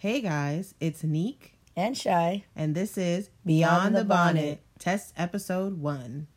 Hey guys, it's Neek, and Shy. and this is Beyond the Bonnet. Test Episode 1.